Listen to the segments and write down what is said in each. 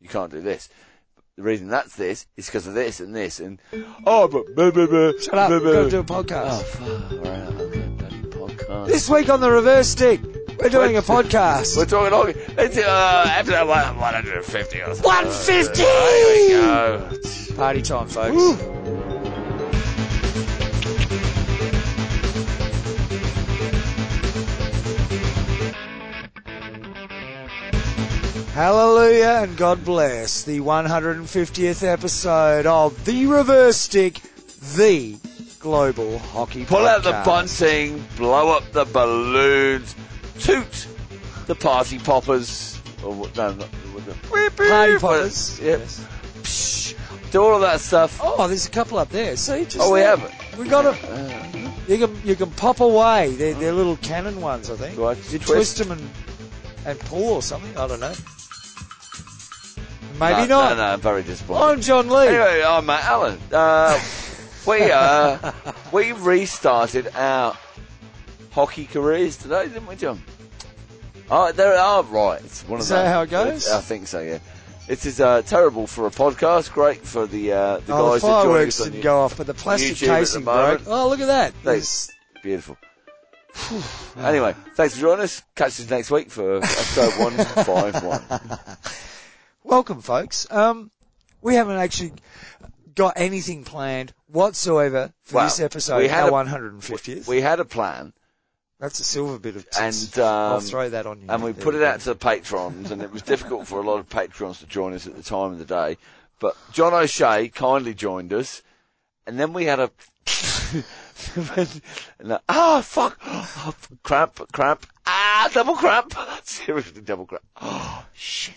you can't do this. The reason that's this is because of this and this and oh, but blah, blah, blah, Shut blah, up, we're blah. going to do a podcast. Oh, fuck. All right, okay, bloody podcast. This week on the reverse stick, we're doing a podcast. We're talking long. Let's do, uh, episode one- 150 or something. 150! There we go. Party time, folks. Hallelujah and God bless the 150th episode of The Reverse Stick, the global hockey Pull out the podcast. bunting, blow up the balloons, toot the party poppers. Or, what- no, not, what the, Party poppers. Yep. Psh, do all of that stuff. Oh, there's a couple up there. See, just Oh, we Uh, there. have it. We got them. You can you can pop away. They're, they're little cannon ones, I think. Right, You twist Hmm. twist. them and and pull or something. I don't know. Maybe no, not. No, Oh, no, I'm very disappointed. I'm John Lee. Anyway, I'm Matt Allen. Uh, we uh, we restarted our hockey careers today, didn't we, John? Oh, there are right. It's one Is of that those. how it goes? I think so. Yeah. It is uh, terrible for a podcast. Great for the uh, the oh, the guys that join us fireworks on didn't you- go off, but the plastic YouTube at the casing broke. moment. Oh, look at that. Thanks. Beautiful. anyway, thanks for joining us. Catch us next week for episode one five one. Welcome, folks. Um, we haven't actually got anything planned whatsoever for Well, this episode. we had our a- 150th. We had a plan That's a silver bit of and tips. um, I'll throw that on you. and we There put you it go. out to the patrons, and it was difficult for a lot of patrons to join us at the time of the day. But John O'Shea kindly joined us, and then we had a and a- ah fuck oh, cramp cramp ah double cramp seriously double cramp oh shit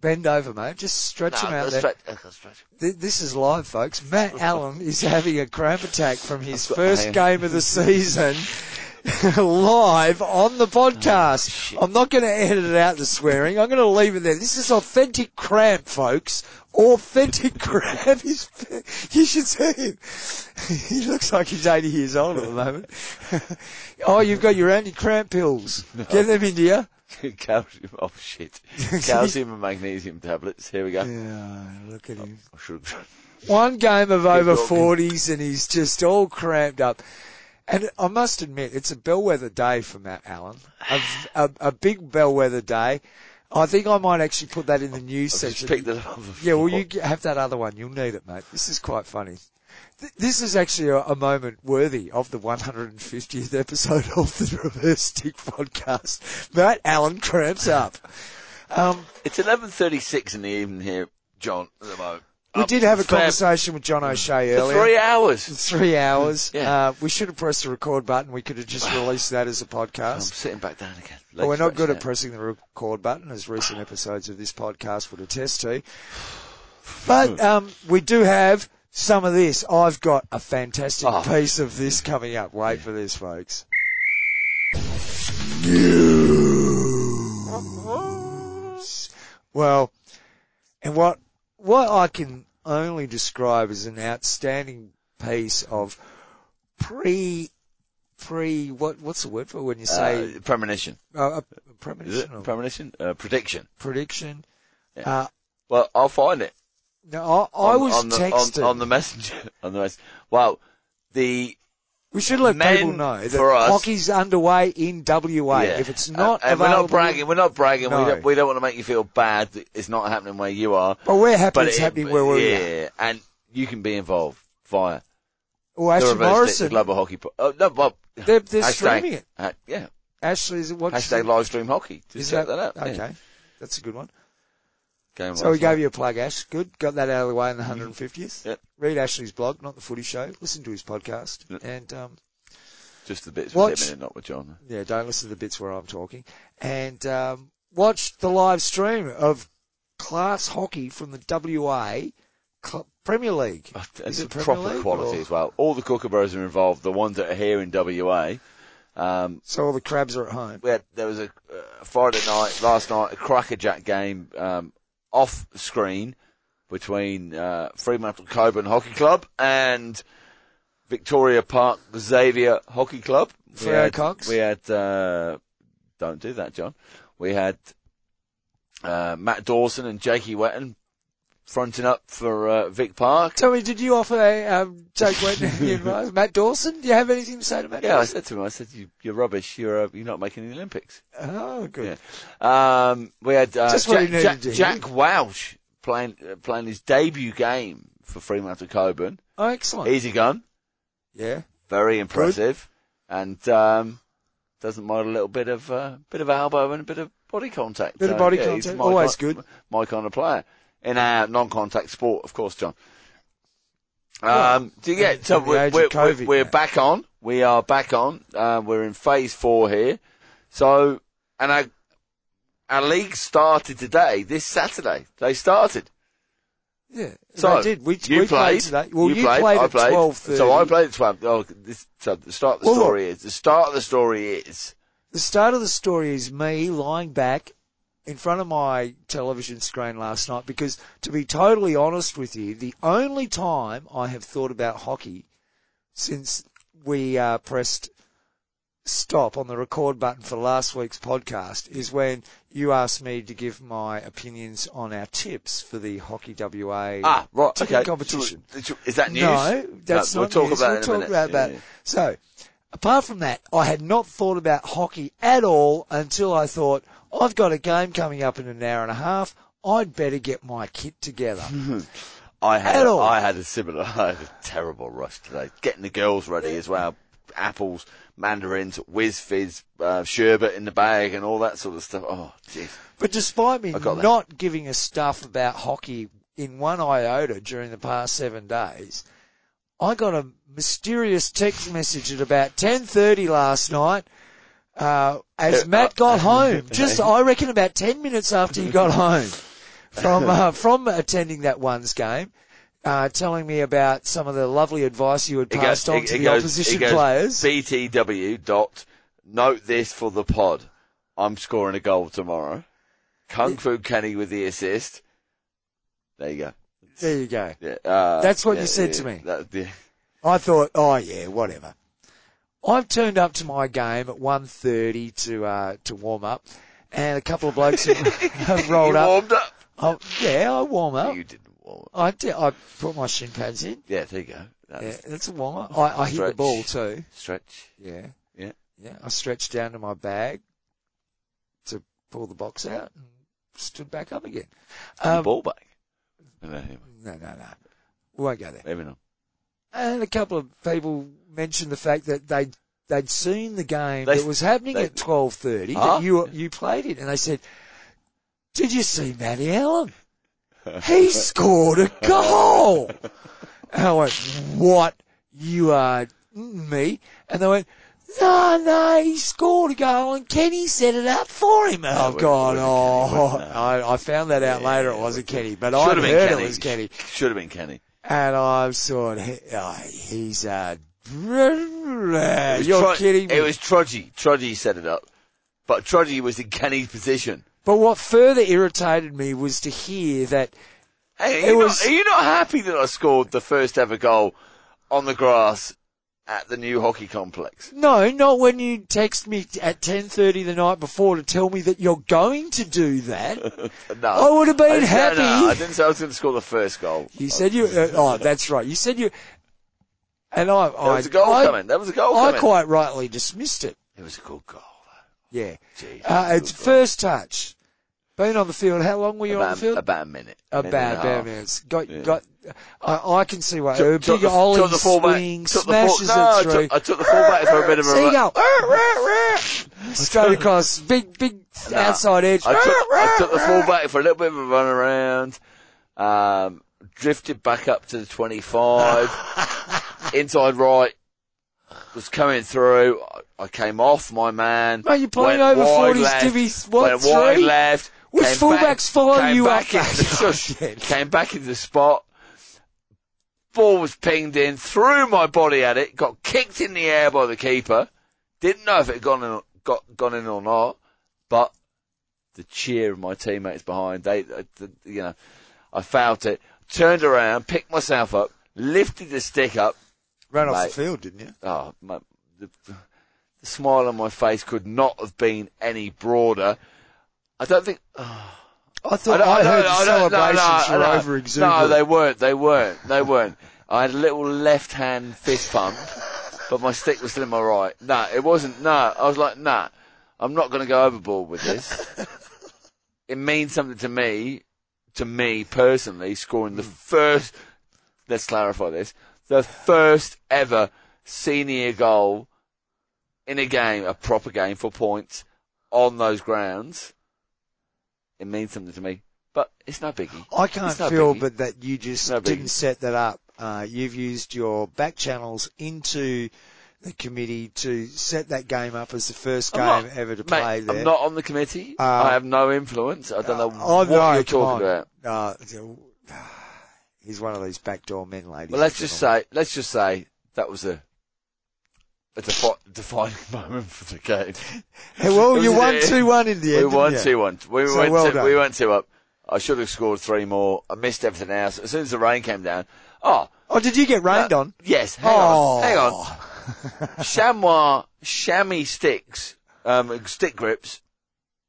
Bend over, mate. Just stretch no, him out that's there. right, that's right. Th- This is live, folks. Matt Allen is having a cramp attack from his got- first hang game of the season live on the podcast. I'm not going to edit it out, the swearing. I'm going to leave it there. This is authentic cramp, folks. Authentic cramp. He's, you should see him. He looks like he's 80 years old at the moment. oh, you've got your anti-cramp pills. Get them into you. calcium oh shit calcium and magnesium tablets here we go Yeah, look at him. I should have one game of over talking. forties and he's just all cramped up. And I must admit, it's a bellwether day for Matt Allen. A, a, a big bellwether day. I think I might actually put that in the news just section. picked it up off the yeah, well, floor. you g- have that other one. You'll need it, mate. This is quite funny. Th- This is actually a, a moment worthy of the 150th episode of the Reverse Stick podcast. Matt Allen cramps up. Um, It's eleven thirty-six in the evening here, John. At the moment, we Up did have a fair- conversation with John O'Shea for earlier. Uh, three hours. three hours. Yeah. Uh, we should have pressed the record button. We could have just released that as a I'm podcast. sitting back down again. But we're not Legs good at back pressing the record button, as recent episodes of this podcast would attest to. But um, we do have some of this. I've got a fantastic Oh. piece of this coming up. Wait for this, folks. News. Well, and what what I can only describe as an outstanding piece of pre pre what what's the word for when you down. say Uh, premonition. uh, a Is it premonition or premonition? Uh, prediction. prediction? Yeah. Uh, Well, I'll find it. no, I, I on- was on the, on- texted. on, the messenger. On the mess. Well, the we should let men people know that for us- hockey's underway in WA. yeah. If it's not Uh, and available, we're not bragging. We're not bragging. No. We don't. We don't want to make you feel bad. That it's not happening where you are. but we're happy But it's it- happening where we are. Yeah, and you can be involved via Well, the Ashley reverse Morrison, the global hockey. Po- oh, no, well, they're, they're hashtag- streaming it. uh, yeah. Ashley, is it what? Hashtag live stream hockey. Just Is check that, out. Okay, Yeah. that's a good one. Game So we last gave night. you a plug, Ash. Good. Got that out of the way in Mm-hmm. the 150th. Yep. Read Ashley's blog, not the footy show. Listen to his podcast. Yep. And, um, just the bits Watch- with him in it, not with John. yeah, don't listen to the bits where I'm talking. And, um, watch the live stream of class hockey from the WA Cl- Premier League. It's it Premier proper League quality or- as well. All the Kookaburras are involved. The ones that are here in WA. Um, So all the crabs are at home. we had, there was a uh, Friday night last night a crackerjack game um, off screen between uh, Fremantle Coburn Hockey Club and Victoria Park Xavier Hockey Club. We Freo had- Cox. We had uh, don't do that, John. We had uh, Matt Dawson and Jakey Wetton fronting up for uh, Vic Park. Tell me, did you offer a, um, Jake Wetton the advice? Matt Dawson? Do you have anything to say to Matt Yeah, I Dawson? said to him, I said, you, you're rubbish. You're, uh, you're not making the Olympics. Oh, good. Yeah. Um, we had uh, Just what Jack, he needed Jack, to hear. Jack Welsh playing, uh, playing his debut game for Fremantle Coburn. Oh, excellent. Easy gun. yeah. Very impressive. And, um, doesn't mind a little bit of, uh, bit of elbow and a bit of body contact. Bit of So, body yeah, he's contact, my always kind- good. My kind of player. In our non-contact sport, of course, John. Um, do you get, so in the we're, age of we're, COVID, we're, we're yeah. back on. We are back on. Uh, we're in phase four here. So, and our, our league started today, this Saturday. They started. Yeah. So, they did. We, You we played. today. Well, you, played, I at played. 12.30. So I played at 12. Oh, this, so the start of the Well, look. story is, the start of the story is, The start of the story is me lying back in front of my television screen last night because, to be totally honest with you, the only time I have thought about hockey since we uh, pressed stop on the record button for last week's podcast is when you asked me to give my opinions on our tips for the Hockey WA ah, right, tipping okay. competition. So, Is that news? No, that's we'll not talk news. About it we'll in a talk minute. about that. Yeah, yeah. So, apart from that, I had not thought about hockey at all until I thought I've got a game coming up in an hour and a half. I'd better get my kit together. I had At a, all. I had a similar, I had a terrible rush today. Getting the girls ready as well. Apples, mandarins, whiz fizz, uh, sherbet in the bag and all that sort of stuff. Oh, jeez. but despite me got that. not giving a stuff about hockey in one iota during the past seven days, I got a mysterious text message at about ten thirty last night. Uh, as Uh, Matt got uh, home, just I reckon about ten minutes after he got home from uh, from attending that ones game, uh, telling me about some of the lovely advice you had It passed on it- to it the goes- opposition it goes, players. BTW dot, note this for the pod. I'm scoring a goal tomorrow. Kung Fu Kenny with the assist. There you go. there you go. Yeah, uh, That's what yeah, you said yeah, to me. that- yeah. I thought, oh yeah, whatever. I've turned up to my game at 1.30 to uh, to warm up, and a couple of blokes have, have rolled you up. warmed up. Oh, yeah, I warm up. You didn't warm up. I, did, I put my shin pads in. Yeah, there you go. That's Yeah, that's a warm up. I, I hit the Stretch. ball too. Stretch. Yeah. Yeah. Yeah. I stretched down to my bag to pull the box out and stood back up again. the Um, ball back. No, anyway, no, no, no. We won't go there. moving on. And a couple of people mentioned the fact that they they'd seen the game They- that was happening they- at twelve thirty Ah. that you you played it, and they said, "Did you see Matty Allen? He scored a goal." And I went, "What? You are me?" And they went. No, no, he scored a goal and Kenny set it up for him. it Oh, wasn't- God, it wasn't Kenny, oh, wasn't it? I, I found that out Yeah, later. it It wasn't Kenny, but I Should have been heard Kenny. it was Kenny. Should have been Kenny. And I'm sort of, oh, he's a, It was Uh, you're Tro- kidding me. It was Trudgy. Trudgy set it up. But Trudgy was in Kenny's position. but what further irritated me was to hear that, Hey, It are, you was- not, are you not happy that I scored the first ever goal on the grass at the new hockey complex? no, not when you text me at 10.30 the night before to tell me that you're going to do that. No. I would have been I didn't- no, happy. no, I didn't say I was going to score the first goal. You said you, uh, oh, that's right. You said you, and I, There I, was a goal I, coming. There was a goal I coming. quite rightly dismissed it. It was a good goal. Yeah. though. Jeez, it was Uh, a it's good goal. first touch. Been on the field. How long were you on the about, field? about a minute. about minute and a bare half. minutes. Got Yeah. got. I, I can see why Took- a took big the- ollie took the fullback- swing took the full- smashes no, I it through. took- I took the fullback for a bit of a run. seagull. Straight across, big big outside edge. I took, I took the full back for a little bit of a run around, um, drifted back up to the 25, inside right, was coming through. I, I came off my man. Mate, you're playing went over wide 40s left, Divi th- what, Went wide three? left. Which came fullbacks back- follow came you back up? into- Gosh, yeah. came back into the spot. Ball was pinged in, threw my body at it, got kicked in the air by the keeper. Didn't know if it had gone in, got gone in or not, but the cheer of my teammates behind, they, uh, th- you know, I felt it. Turned around, picked myself up, lifted the stick up. Ran off off the the Mate. field, didn't you? Oh, my, the, the smile on my face could not have been any broader. I don't think I thought I, heard the celebrations no, were no, over No, exuberant. they weren't. They weren't. They weren't. I had a little left hand fist pump, but my stick was still in my right. No, it wasn't. No, I was like, nah, I'm not going to go overboard with this. it means something to me, to me personally, scoring the first, let's clarify this, the first ever senior goal in a game, a proper game for points on those grounds. It means something to me, but it's no biggie. I can't It's no feel biggie. but that you just No biggie. didn't set that up. Uh, you've used your back channels into the committee to set that game up as the first game I'm not- ever to mate, play there. I'm not on the committee. Uh, I have no influence. I don't know Oh, what no, you're come talking on. about. No, it's a- Uh, he's one of these backdoor men, ladies. Well, and let's just gentlemen. say, let's just say that was a a defi- defining moment for the game. Hey, well, it you was- won two one in the We end. didn't won you? two one. We So went well two, done. we went two up. I should have scored three more. I missed everything else. As soon as the rain came down, oh, Oh, did you get rained Uh, on? Yes, hang Oh. on, hang on. Chamois chamois sticks, um, stick grips.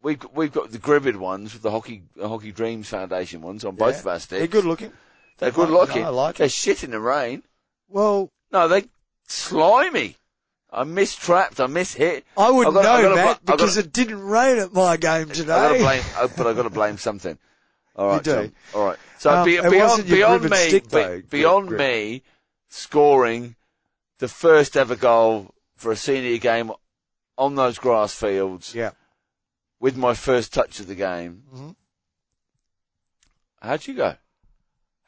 We've got- we've got the gribbed ones with the hockey the hockey dreams foundation ones on both Yeah. of our sticks. They're good looking. They're good No, looking. I like They're shit in the rain. Well, No, they slimy. I mistrapped. I mishit. I would I've got- I've know, got a Matt, bl- I've because got it didn't rain at my game today. I gotta blame, oh, but I gotta blame something. All right, do. Tom. All right. So Um, be, it beyond wasn't your beyond ribbon me, stick, be- though, beyond Grip. me, scoring the first ever goal for a senior game on those grass fields Yeah. with my first touch of the game. Mhm. How'd you go?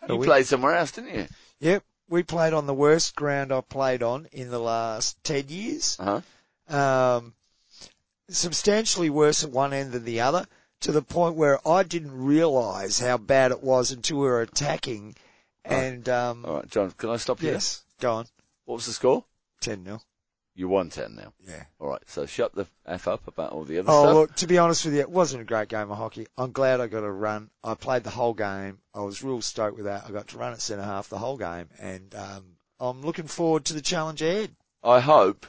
You we- played somewhere else, didn't you? Yep. We played on the worst ground I've played on in the last 10 years. Uh huh. Um, substantially worse at one end than the other to the point where I didn't realise how bad it was until we were attacking. And, um, All right, John. Can I stop you? there? yes, go on. What was the score? 10 0. You won ten now. Yeah. All right. So shut the f up about all the other Oh, stuff. look, to be honest with you, it wasn't a great game of hockey. I'm glad I got a run. I played the whole game. I was real stoked with that. I got to run at centre half the whole game. And, um, I'm looking forward to the challenge ahead. I hope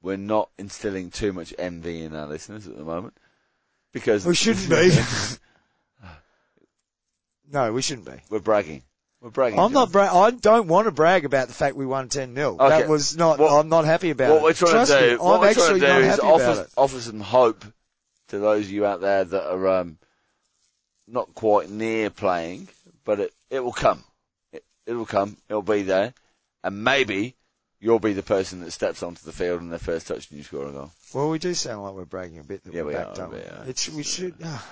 we're not instilling too much envy in our listeners at the moment, because We shouldn't be. no, we shouldn't be. we're bragging. We're bragging. I'm not. John. Bra- I don't want to brag about the fact we won 10 0 Okay. That was not. What- I'm not happy about What it. we're trying Trust to do, me, what I'm we're trying actually to do not is happy about offer, it. offer some hope to those of you out there that are um, not quite near playing, but it, it will come. It, it'll come. It'll be there, and maybe you'll be the person that steps onto the field and their first touch and you score a goal. Well, we do sound like we're bragging a bit that Yeah, we're we back, are, don't we we? are. It's, we should. ah.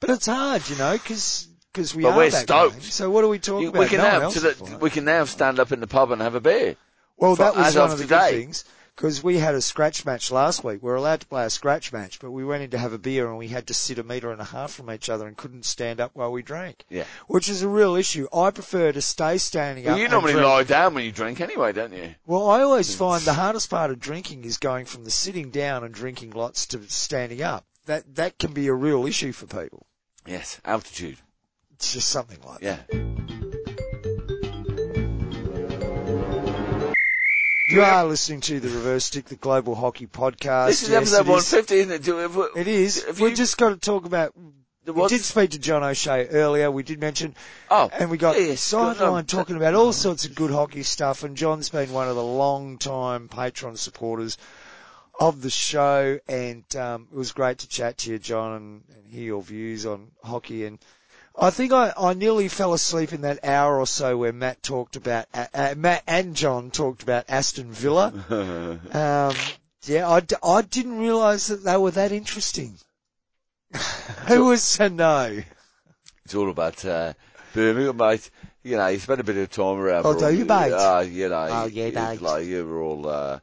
but it's hard, you know, because we But are we're back stoked. game. So what are we talking You- about? we can No one now else to is the, playing. we can now stand up in the pub and have a beer. Well, for- that was as one of of the today. good things because we had a scratch match last week. We were allowed to play a scratch match, but we went in to have a beer and we had to sit a metre and a half from each other and couldn't stand up while we drank. Yeah. Which is a real issue. I prefer to stay standing Well, up. you and normally Mm. drink. lie down when you drink anyway, don't you? Well, I always find the hardest part of drinking is going from the sitting down and drinking lots to standing up. That that can be a real issue for people. Yes, altitude. It's just something like that. Yeah. You are listening to the Reverse Stick, the Global Hockey Podcast. This is Yes, episode it is. 150, isn't it? Do we- we- It is. Have We've you- just got to talk about. there We was- did speak to John O'Shea earlier. We did mention, oh, and we got yes, good um, sideline on- talking about all sorts of good hockey stuff. And John's been one of the long-time Patreon supporters of the show, and um, it was great to chat to you, John, and, and hear your views on hockey. And I think I, I nearly fell asleep in that hour or so where Matt talked about uh, uh, Matt and John talked about Aston Villa. Um, yeah, I, d- I didn't realise that they were that interesting. Who was to know? It's all about uh, Birmingham, mate. You know, you spend a bit of time around. Oh, do you, mate? Uh, you know, Oh, you it's mate. like you were all. Uh,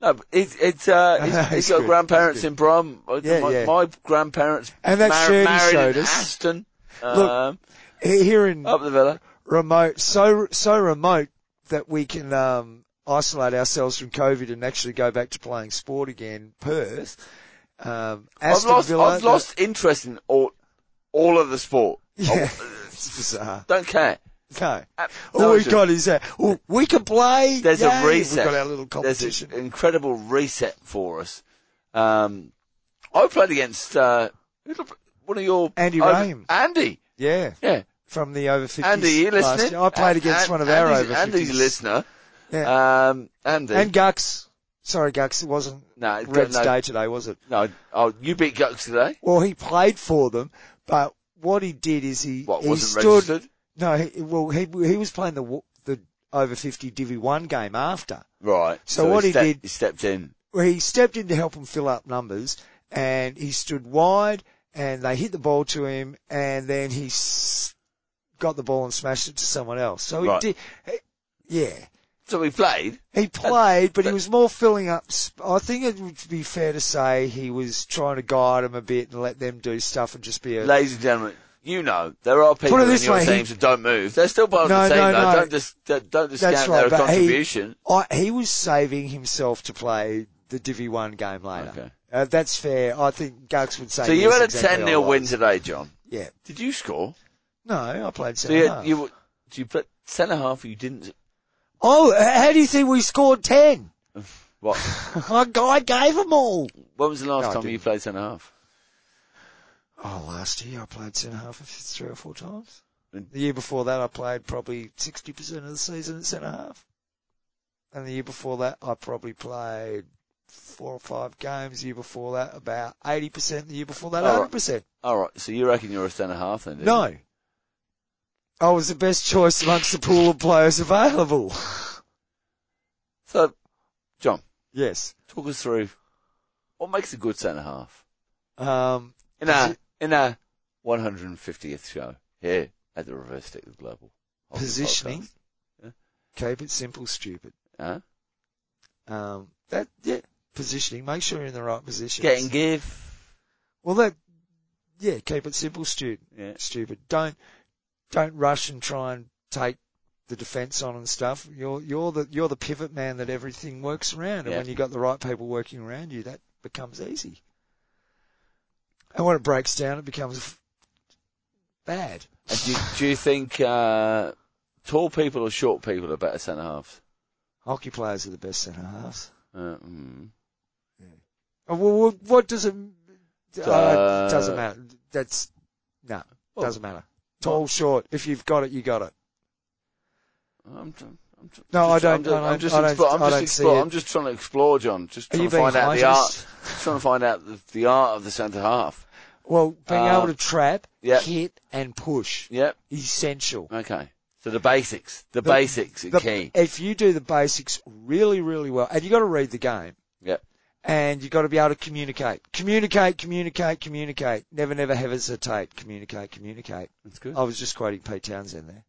no, but it's it's uh, it's, It's it's got good, grandparents it's good. in Brom. Uh, Yeah, my, yeah. my grandparents And that mar- shirt he married showed in us. Aston, Look- um, He- Here in up the villa. remote, so so remote that we can um, isolate ourselves from COVID and actually go back to playing sport again. Perth, um, Aston I've lost Villa. I've lost interest in all all of the sport. Yeah, it's bizarre. Don't care. No, Ab- all we've Oh. no, got is that oh, we can play. there's Yay, a reset. We've got our little There's competition. an incredible reset for us. Um, I played against uh, who did I play- one of your Andy over- Rame. Andy, Yeah. yeah, From the over 50s. Andy, you last listening? year. I played against An- one of our Andy's, over 50s. Andy's a listener. Yeah. Um, Andy, and Gux. Sorry, Gux. It wasn't no, Red's no, Day today, was it? No, oh, you beat Gux today. Well, he played for them, but what he did is he, What he wasn't stood, registered? No, he, well, he, he was playing the, w- the over 50 Divi 1 game after. Right. So what he step- did- he stepped in. Well, he stepped in to help him fill up numbers and he stood wide and they hit the ball to him and then he s- got the ball and smashed it to someone else. So he Right. did, he- yeah. So he played. He played, but he that- was more filling up. sp- I think it would be fair to say he was trying to guide them a bit and let them do stuff and just be a. Ladies and gentlemen, you know there are people Put it in this your way, he- teams that don't move. They're still part of No, the team. no, though. no. Don't dis- don't don't discount That's right, their but he- contribution. I, he was saving himself to play the Divi One game later. Okay. Uh, that's fair. I think Gux would say. So you yes, had a exactly 10 0 I win was. today, John. Yeah. Did you score? No, I played So seven. you, half. had, you, were- so you played 10 and a half, you didn't. Oh, uh, how do you think we scored ten? What? I, I gave them all. When was the last No, I time you didn't. played 10 and a half? Oh, last year I played ten and a half, three or four times. And- The year before that, I played probably sixty percent of the season at centre half. And the year before that, I probably played four or five games. The year before that, about eighty percent. The year before that, All right. hundred percent. Alright, so you reckon you're a 10 and a half then? didn't No, you? I was the best choice amongst the pool of players available. So, John, yes. talk us through what makes a good 10 and a half Um, in our, in our 150th show here at the Reverse Stick with Global. Hockey Positioning. Podcast. keep it simple, stupid. Huh? Um, that yeah, positioning. Make sure you're in the right position. Getting give. Well, that yeah, keep it simple, stupid. Yeah. Stupid. Don't don't rush and try and take the defence on and stuff. You're you're the you're the pivot man that everything works around, and Yeah. when you got the right people working around you, that becomes easy. And when it breaks down, it becomes f- bad. And do, you- do you think, uh, tall people or short people are better 10 and a half? Hockey players are the best centre halves. Uh, mm. Oh, Well, what- what does it? Uh, Uh, doesn't matter. That's no. Well, doesn't matter. Tall, short. If you've got it, you got it. I'm, t- I'm t- No, just- I I'm don't- just, I don't- I'm just, I don't- explore- I'm I just don't see explore- it. I'm just trying to explore, John. Just Are trying you to being find out the heightist? art. Just trying to find out the, the art of the centre half. Well, being Uh, able to trap, yeah. hit, and push Yep. essential. Okay. So the basics. The, basics are The- key. If you do the basics really, really well, and you got to read the game, Yep. and you got to be able to communicate, communicate, communicate, communicate. Never, never hesitate. Communicate, communicate. That's good. I was just quoting Pete Townsend there.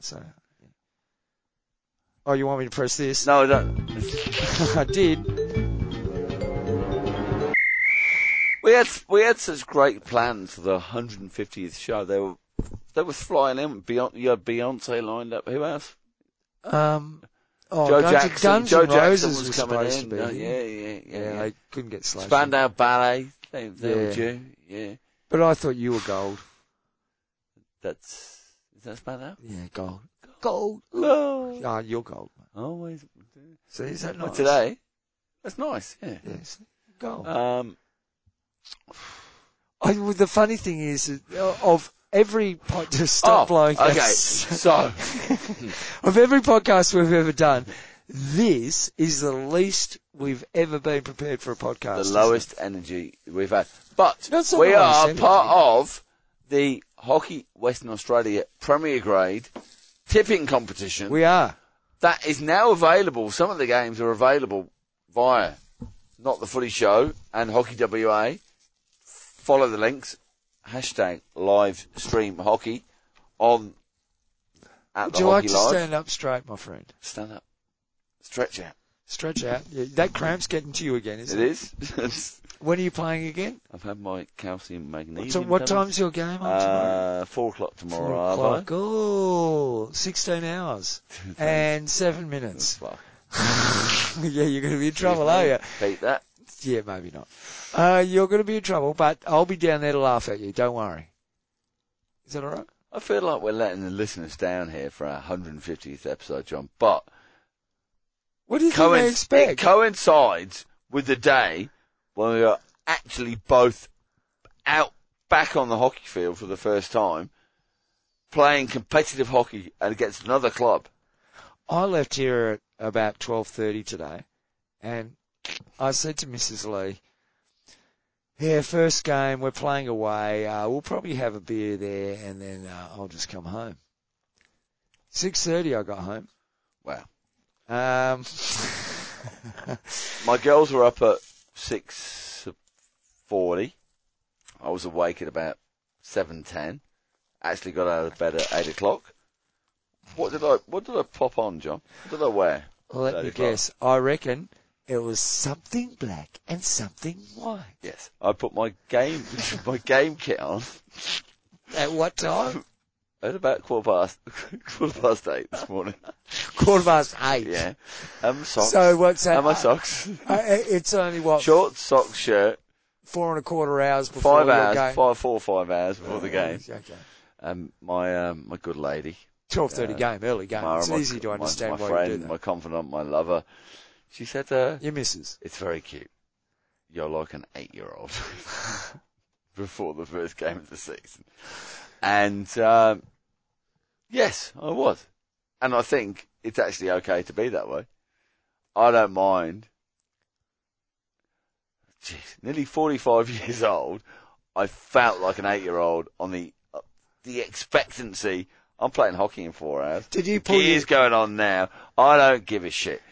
So, yeah. oh, you want me to press this? No, I don't. I did. We had we had such great plans for the 150th show. They were they were flying in. Beyonce, you had Beyonce lined up. Who else? Um, oh, Joe Guns, Jackson. Guns Joe and Roses Jackson was, was, coming supposed in. to be. No, here. yeah, yeah, yeah. yeah, yeah. they couldn't get slash. Spandau Ballet. They, they were Yeah. due. Yeah. But I thought you were gold. That's is that Spandau? Yeah, gold. Gold. No. Ah, you're gold. mate. Always. See, is that Not nice? today. That's nice. Yeah. Yes, gold. Um. I, well, the funny thing is, that, uh, of every pod, just stop oh, blowing. that Okay. s- So of every podcast we've ever done, this is the least we've ever been prepared for a podcast. the isn't lowest energy we've had, but That's not we the lowest are energy. part of the Hockey Western Australia Premier Grade tipping competition. it? We are. that is now available. Some of the games are available via Not the Footy Show and Hockey WA. Follow the links. Hashtag live stream hockey on at Would the you like hockey to live. stand up straight, my friend? Stand up. Stretch out. Stretch out. Yeah, that cramp's getting to you again, isn't It it? is. When are you playing again? I've had my calcium magnesium. So what tablets. time's your game on tomorrow? Uh, four o'clock tomorrow. Four Arvo. o'clock. Oh, 16 hours and seven minutes. Fuck. yeah, you're going to be in trouble, are you? Beat that. Yeah, maybe not. Uh, you're going to be in trouble, but I'll be down there to laugh at you. Don't worry. Is that all right? I feel like we're letting the listeners down here for our 150th episode, John. But What do you think coinc- they It expect? coincides with the day when we are actually both out back on the hockey field for the first time, playing competitive hockey and against another club. I left here at about 12.30 today and I said to Mrs. Lee, yeah, first game, we're playing away. Uh, we'll probably have a beer there and then uh, I'll just come home. 6.30 I got home. Wow. Um, My girls were up at six forty. I was awake at about seven ten. Actually got out of bed at eight o'clock. What did I what did I pop on, John? What did I wear? let me Thirty five. guess. I reckon it was something black and something white. Yes. I put my game my game kit on At Uh, what time? at about quarter past quarter past eight this morning. Quarter past eight. Yeah. Um socks. So uh, what's that? and my socks. Uh, uh, it's only what Shorts, socks, shirt, four and a quarter hours before five your hours, game. Oh, five, four, or five hours before the game. Okay. Um, my um, my good lady, Twelve thirty game, early game. Mara, it's my, easy to my- understand my, why friend, you do that. my confidant, my lover. She said, uh, Your missus. "It's very cute. You're like an eight-year-old before the first game of the season." And um, yes, I was, and I think it's actually okay to be that way. I don't mind. Jeez, nearly forty-five years old, I felt like an eight-year-old on the uh, the expectancy. I'm playing hockey in four hours. Did you pull? Your, Gears going on now. I don't give a shit.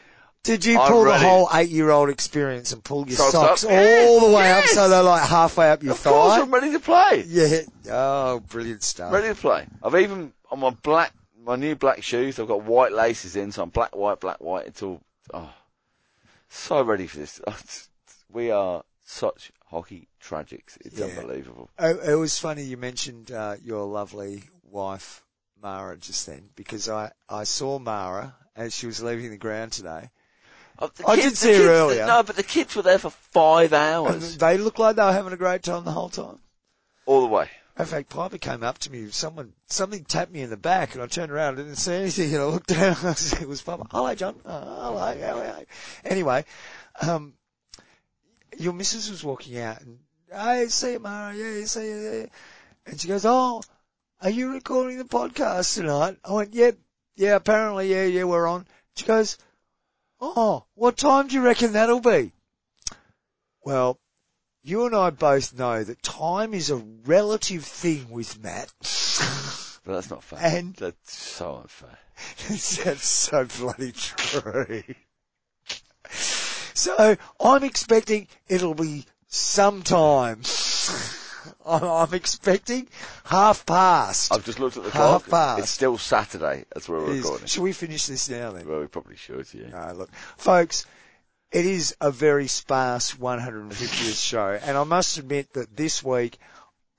did you I pull the read it. whole eight-year-old experience and pull your Socks socks, up? all Yes, the way yes. up so they're like halfway up your Of course, thigh? I'm ready to play. Yeah. Oh, brilliant stuff. Uh, Ready to play. I've even on my black, my new black shoes. I've got white laces in, so I'm black, white, black, white. It's all oh, so ready for this. we are such hockey tragics. It's Yeah. unbelievable. Oh, It, it was funny you mentioned uh, your lovely wife Mara just then because I, I saw Mara as she was leaving the ground today. Oh, the I did kids- the see her kids- earlier. No, but the kids were there for five And hours they looked like they were having a great time the whole time. all the way. In fact, Piper came up to me. Someone something tapped me in the back, and I turned around. I didn't see anything, and I looked down. And I said, it was Piper. Hello, John. Oh, hello. How are you? Anyway, um, your missus was walking out, and hey, see you, Mara. Yeah, see you. Yeah. And she goes, oh, are you recording the podcast tonight? I went, yep, yeah, apparently, yeah, yeah, we're on. She goes, oh, what time do you reckon that'll be? Well, you and I both know that time is a relative thing with Matt. But that's not fair. And- that's so unfair. That's so bloody true. So I'm expecting it'll be sometime. I'm I'm expecting half past. I've just looked at the Half clock. past. It's still Saturday. That's where we're Is- recording. Shall we finish this now then? Well, we probably should. Yeah. No, look, folks, it is a very sparse 150th show, and I must admit that this week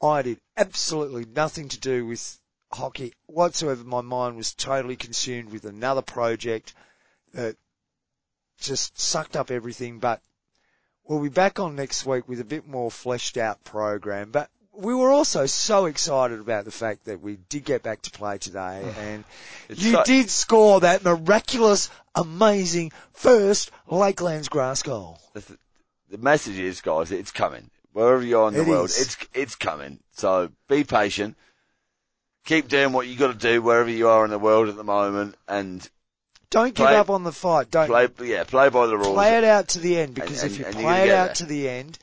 I did absolutely nothing to do with hockey whatsoever. My mind was totally consumed with another project that just sucked up everything, but we'll be back on next week with a bit more fleshed out program, but we were also so excited about the fact that we did get back to play today and It's you so- did score that miraculous, amazing first Lakelands grass goal. the, th- the message is, guys, it's coming. Wherever you are in the It world, is. it's it's coming. So be patient. Keep doing what you got to do wherever you are in the world at the moment, and Don't give Play- up on the fight. Don't play, play yeah play by the rules. it out to the end because And- if and- and you you're gonna play it get out there. to the end,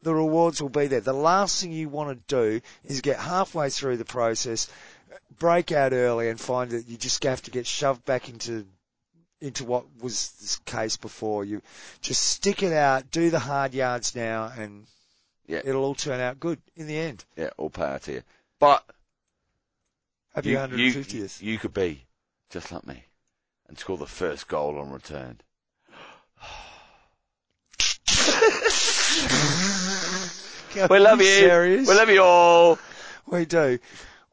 the rewards will be there. The last thing you want to do is get halfway through the process, break out early, and find that you just have to get shoved back into into what was this case before. You just stick it out, do the hard yards now, and Yeah. it'll all turn out good in the end. Yeah, all power to you. But Happy you, you, 150th. you, you could be just like me and score the first goal on return. We love you. Serious? We love you all. We do.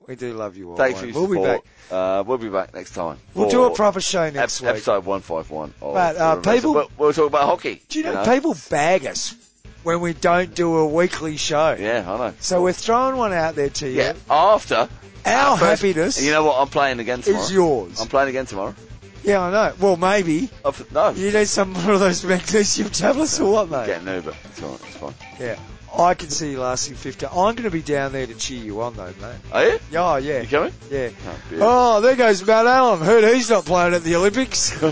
We do love you all. Thanks for mate. your We'll be back. support. Uh, we'll be back next time. We'll for do a proper show ep- next week. Episode one five one. But, uh, people- we'll, we'll talk about hockey. Do you know, people bag us when we don't do a weekly show? Yeah, I know. So we're throwing one out there to you. Yeah, after Our first- happiness You know what? I'm playing again tomorrow. is yours. I'm playing again tomorrow. yeah, I know. Well, maybe. I've, no, You need some more of those magnesium tablets or what, mate? getting Uber. It's all right. It's fine. Yeah. I can see you lasting 50. I'm going to be down there to cheer you on, though, mate. Are you? Oh, yeah. You coming? Yeah. Oh, dear. Oh, there goes Matt Allen. Heard he's not playing at the Olympics. Oh.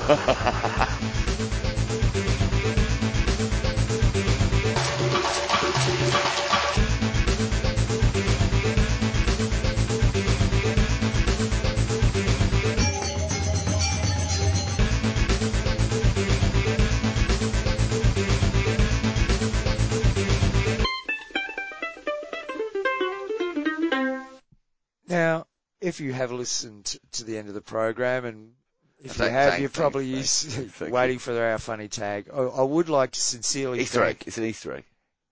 Now, if you have listened to the end of the program, and if Thank- you have, thank- you're thank- probably thank- used- thank- thank waiting for our funny tag. I, I would like to sincerely Easter thank. egg. It's an Easter egg.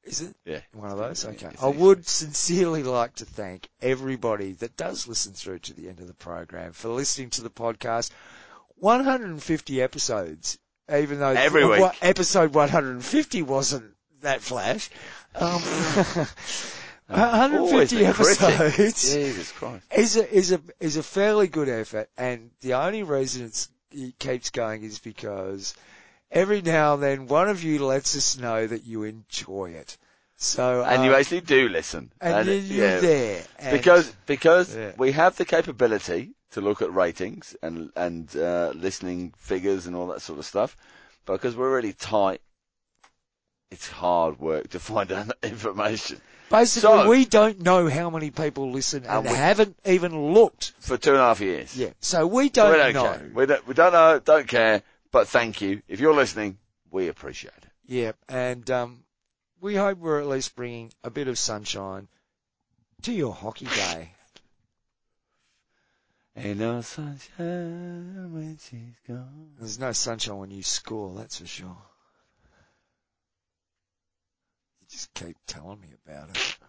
Is it? Yeah. One of those? Yeah, Okay. it's I easy. would sincerely like to thank everybody that does listen through to the end of the program for listening to the podcast. 150 episodes, even though Every uh, week. what- episode 150 wasn't that flash. Um, Oh, 150 Always a critic. episodes Jesus Christ. is a is a is a fairly good effort, and the only reason it's, it keeps going is because every now and then one of you lets us know that you enjoy it. So And um, you actually do listen. and, it- you, are there and- because because Yeah. we have the capability to look at ratings and and uh, listening figures and all that sort of stuff, but because we're really tight, it's hard work to find out that information. basically so- we don't know how many people listen and And we- haven't even looked For two and a half years, yet, so we So don't, we don't know. care. We don't, we don't know, don't care. But thank you if you're listening. We appreciate it. Yeah, and um, we hope we're at least bringing a bit of sunshine to your hockey day. Ain't no sunshine when she's gone. There's no sunshine when you score, that's for sure. You just keep telling me about it.